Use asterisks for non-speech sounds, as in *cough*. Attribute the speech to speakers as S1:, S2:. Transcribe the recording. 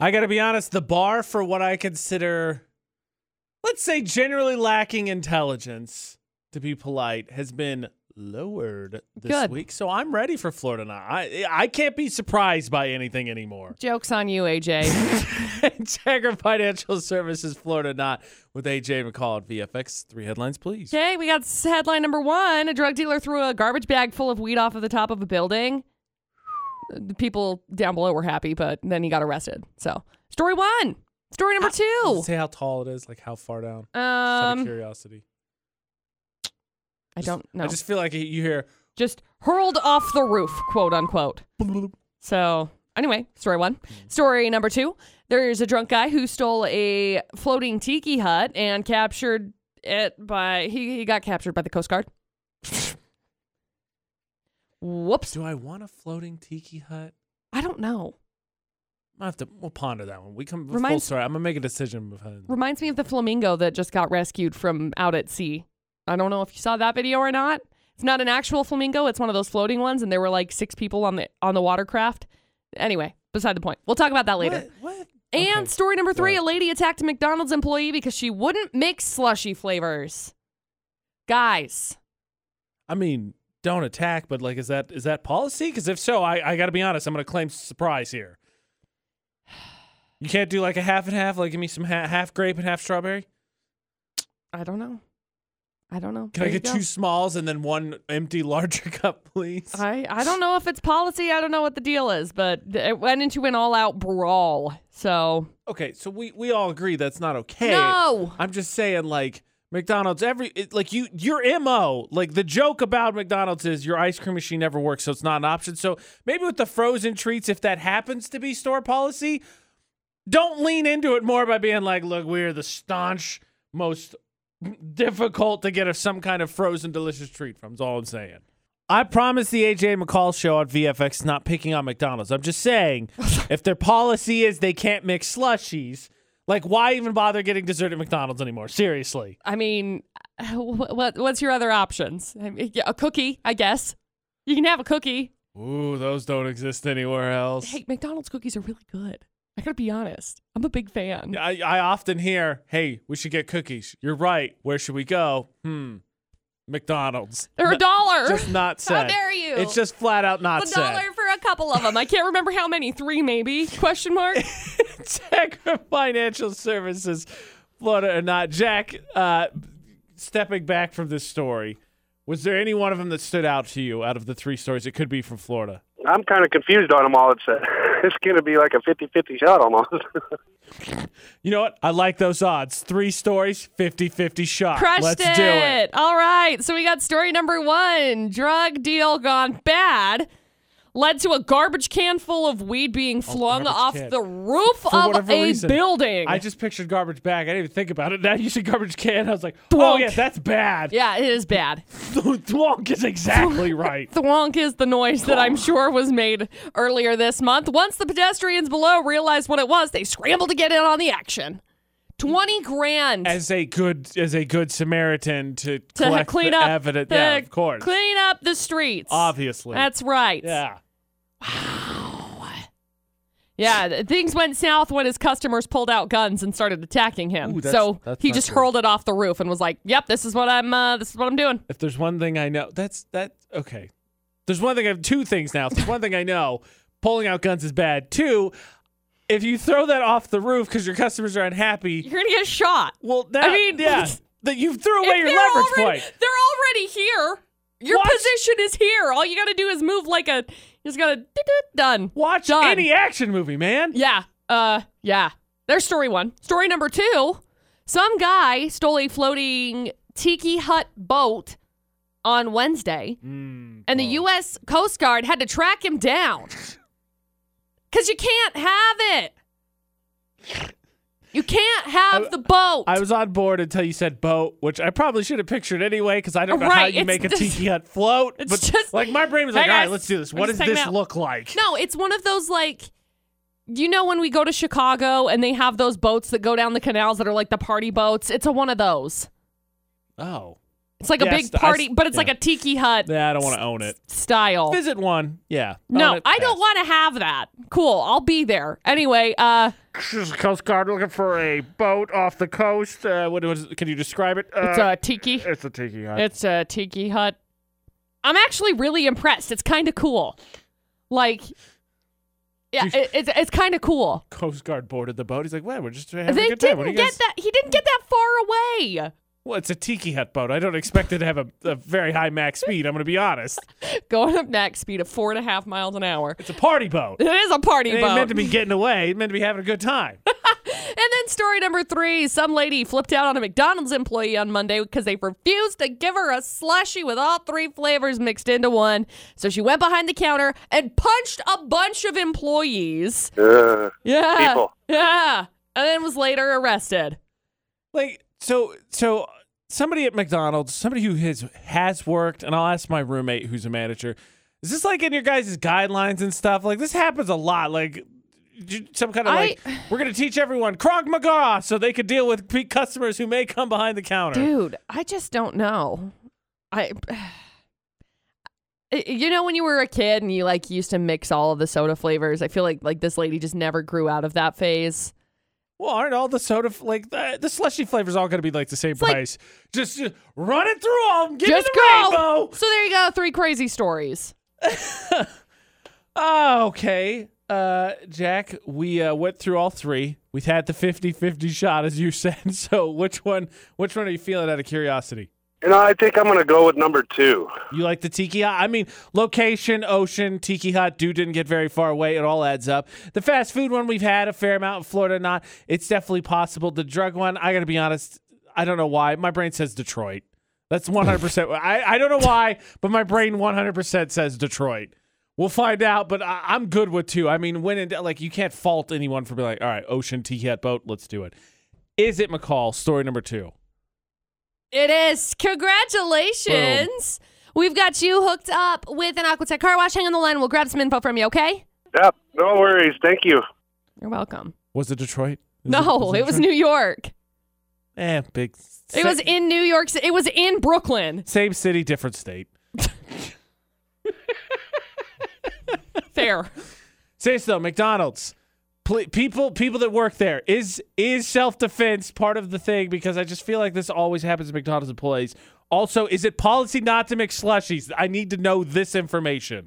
S1: I got to be honest, the bar for what I consider, let's say, generally lacking intelligence, to be polite, has been lowered this
S2: Good.
S1: week. So I'm ready for Florida now. I, I can't be surprised by anything
S2: *laughs*
S1: anymore.
S2: Joke's on you, AJ. *laughs*
S1: Checker Financial Services, Florida Not, with AJ McCall at VFX. Three headlines, please.
S2: okay, we got s- headline number one. A drug dealer threw a garbage bag full of weed off of the top of a building. The people down below were happy, but then he got arrested. So, story one. Story number two.
S1: Say how tall it is, like how far down. Just out Ah, of
S2: Um,
S1: curiosity.
S2: I don't know.
S1: I
S2: Just,
S1: just feel like you hear. *laughs*
S2: hurled off the roof, quote unquote. So, anyway, story one.
S1: Hmm.
S2: Story number two. There's a drunk guy who stole a floating tiki hut and captured it by he, he got captured by the Coast Guard. Whoops.
S1: Do I want a floating tiki hut?
S2: I don't know.
S1: I have to. We'll ponder that one. We come with full
S2: Reminds-
S1: story. I'm gonna make a decision. behind-
S2: Reminds me of the flamingo that just got rescued from out at sea. I don't know if you saw that video or not. It's not an actual flamingo, it's one of those floating ones and there were like 6 people on the on the watercraft. Anyway, beside the point. We'll talk about that later.
S1: What? what?
S2: And
S1: Okay.
S2: story number
S1: go
S2: three:
S1: ahead.
S2: a lady attacked a McDonald's employee because she wouldn't mix slushy flavors. Guys,
S1: I mean, don't attack. But like, is that is that policy? Because if so, I I gotta be honest. I'm gonna claim surprise here. *sighs* You can't do like a half and half. Like, give me some ha- half grape and half strawberry.
S2: I don't know. I don't know.
S1: Can I
S2: There you
S1: get
S2: go. Uh,
S1: two smalls and then one empty *laughs* larger cup, please?
S2: I I don't know if it's policy. I don't know what the deal is, but it went into an all-out brawl. So
S1: okay, so we we all agree that's not okay.
S2: no,
S1: I'm just saying, like McDonald's, every it, like you, your mo, like the joke about McDonald's is your ice cream machine never works, so it's not an option. So maybe with the frozen treats, if that happens to be store policy, don't lean into it more by being like, look, we're the staunch most difficult to get a, some kind of frozen delicious treat from. Is all I'm saying. I promise the AJ McCall show on VFX is not picking on McDonald's. I'm just
S2: *laughs*
S1: saying, if their policy is they can't mix slushies, like why even bother getting dessert at McDonald's anymore? Seriously,
S2: I mean, *laughs* wh- what what's your other options? I mean, yeah, a cookie, I guess. You can have a cookie.
S1: ooh, those don't exist anywhere else.
S2: Hey, McDonald's cookies are really good. I gotta be honest. I'm a big fan.
S1: I, I often hear, "Hey, we should get cookies." You're right. Where should we go? Hmm, McDonald's.
S2: They're a dollar.
S1: Just not said.
S2: dare you.
S1: It's just flat out not
S2: *laughs* a
S1: said.
S2: dollar for a couple of them. I can't remember how many. Three, maybe?
S1: *laughs*
S2: Question mark.
S1: Jack from *laughs* Financial Services, Florida or not. Jack, uh, stepping back from this story, was there any one of them that stood out to you out of the three stories? It could be from Florida.
S3: I'm kind of confused on them all. It's a, *laughs* it's going to be like a 50-50 shot almost. *laughs*
S1: You know what? I like those odds. Three stories, 50 50 shot.
S2: Crushed
S1: Let's
S2: it.
S1: do it.
S2: All right. So we got story number one: drug deal gone bad. Led to a garbage can full of weed being flung
S1: garbage
S2: off
S1: can.
S2: the roof
S1: For
S2: of
S1: whatever
S2: a
S1: reason.
S2: building.
S1: I just pictured garbage bag. I didn't even think about it. Now you said garbage can. I was like, oh,
S2: Thwonk.
S1: yeah, that's bad. *laughs*
S2: yeah, it is bad.
S1: Thwonk is exactly right.
S2: Thwonk is the noise that I'm sure was made earlier this month. Once the pedestrians below realized what it was, they scrambled to get in on the action. 20 grand.
S1: As a good as a good Samaritan to,
S2: to ha-
S1: collect
S2: clean
S1: the
S2: up
S1: evidence.
S2: the-
S1: yeah, of course.
S2: Clean up the streets.
S1: Obviously.
S2: That's right.
S1: yeah.
S2: Yeah, th- things went south when his customers pulled out guns and started attacking him.
S1: Ooh, that's-
S2: so
S1: that's
S2: he
S1: not
S2: just
S1: good.
S2: hurled it off the roof and was like, "Yep, this is what I'm uh, this is what I'm doing."
S1: if there's one thing I know, that's that. Okay. There's one thing I have two things now. If there's one thing I know, pulling out guns is bad. Two, if you throw that off the roof because your customers are unhappy,
S2: You're going to get shot.
S1: well, that,
S2: mean, *laughs*
S1: yeah, that you threw away
S2: If
S1: your
S2: they're
S1: leverage
S2: already,
S1: point.
S2: They're already here. Your
S1: What?
S2: position is here. All you got to do is move like a you just got to done.
S1: Watch
S2: Done.
S1: any action movie, man.
S2: Yeah. Uh yeah. There's story one. Story number two. Some guy stole a floating tiki hut boat on Wednesday. and the
S1: Mm-hmm.
S2: US Coast Guard had to track him down.
S1: *laughs*
S2: Cause you can't have it. You can't have
S1: I-
S2: the boat.
S1: I was on board until you said boat, which I probably should have pictured anyway because I don't know how
S2: Right,
S1: you
S2: it's
S1: make a
S2: just-
S1: tiki hut float.
S2: it's
S1: but
S2: just-
S1: like my brain was
S2: Hey,
S1: like, all right,
S2: guys,
S1: let's do this.
S2: we're
S1: What does
S2: just hanging
S1: this
S2: out."
S1: look like?
S2: No, it's one of those like you know when we go to Chicago and they have those boats that go down the canals that are like the party boats. It's a one of those.
S1: Oh,
S2: It's like a
S1: Yeah,
S2: big
S1: st- I
S2: party,
S1: s-
S2: but it's
S1: yeah.
S2: like a tiki hut
S1: Yeah, I don't want to own it.
S2: style.
S1: Visit one. Yeah. Own
S2: No,
S1: it,
S2: I don't
S1: pass.
S2: want to have that. Cool, I'll be there anyway. Uh,
S1: Coast Guard looking for a boat off the coast. Uh, what was? Can you describe it? Uh,
S2: it's a tiki.
S1: it's a tiki hut.
S2: It's a tiki hut. I'm actually really impressed. It's kind of cool. Like, yeah, it, it's it's kind of cool.
S1: Coast Guard boarded the boat. He's like, "Well, we're just having a
S2: They
S1: good time." What do
S2: didn't
S1: you
S2: get
S1: guys-
S2: that. He didn't get that far away.
S1: Well, it's a tiki hut boat. I don't expect it to have a, a very high max speed. I'm going to be honest.
S2: Going up next, speed of four and a half miles an hour.
S1: It's a party boat.
S2: It is a *laughs* party
S1: It ain't
S2: boat.
S1: meant to be getting away. It's meant to be having a good time.
S2: And then story number three some lady flipped out on a McDonald's employee on Monday because they refused to give her a slushie with all three flavors mixed into one. So she went behind the counter and punched a bunch of employees.
S3: Uh,
S2: Yeah.
S3: People.
S2: Yeah. And then was later arrested.
S1: like so so somebody at McDonald's, somebody who has has worked, and I'll ask my roommate who's a manager. Is this like in your guys' guidelines and stuff? Like this happens a lot. Like j- some kind of
S2: I-
S1: like we're gonna teach everyone Krog Maga so they could deal with pe- customers who may come behind the counter.
S2: Dude, I just don't know. I. *sighs* You know when you were a kid and you like used to mix all of the soda flavors. I feel like like this lady just never grew out of that phase.
S1: Well, aren't all the soda f- like the, the slushy flavors all gonna be like the same
S2: like-
S1: price? just, just run it through all of 'em. Give me
S2: Just
S1: the
S2: go.
S1: rainbow.
S2: So there you go, three crazy stories.
S1: Oh, okay. Uh, Jack, we uh, went through all three. We've had the 50-50 shot, as you *laughs* said. So which one which one are you feeling out of curiosity?
S3: you know, I think I'm going to go with number two.
S1: You like the tiki hut? I mean, location, ocean, tiki hut, dude didn't get very far away. It all adds up. The fast food one we've had a fair amount in Florida, not. It's definitely possible. The drug one, I got to be honest, I don't know why. My brain says Detroit. That's
S2: *laughs*
S1: 100%. I, I don't know why, but my brain 100% says Detroit. We'll find out, but I, I'm good with two. I mean, when in, like you can't fault anyone for being like, all right, ocean, tiki hut, boat, let's do it. Is it McCall? Story number two.
S2: It is. Congratulations. We've got you hooked up with an Aquatech car wash. Hang on the line. We'll grab some info from you, okay?
S3: Yep, no worries. Thank you.
S2: You're welcome.
S1: Was it Detroit? Is
S2: No, it, was
S1: Detroit?
S2: New York.
S1: Eh, big.
S2: It was in New York. Ci- It was in Brooklyn.
S1: Same city, different state.
S2: Fair.
S1: Say this though, McDonald's. Ple- people, people that work there is is self defense part of the thing because I just feel like this always happens to McDonald's employees. Also, is it policy not to mix slushies? I need to know this information.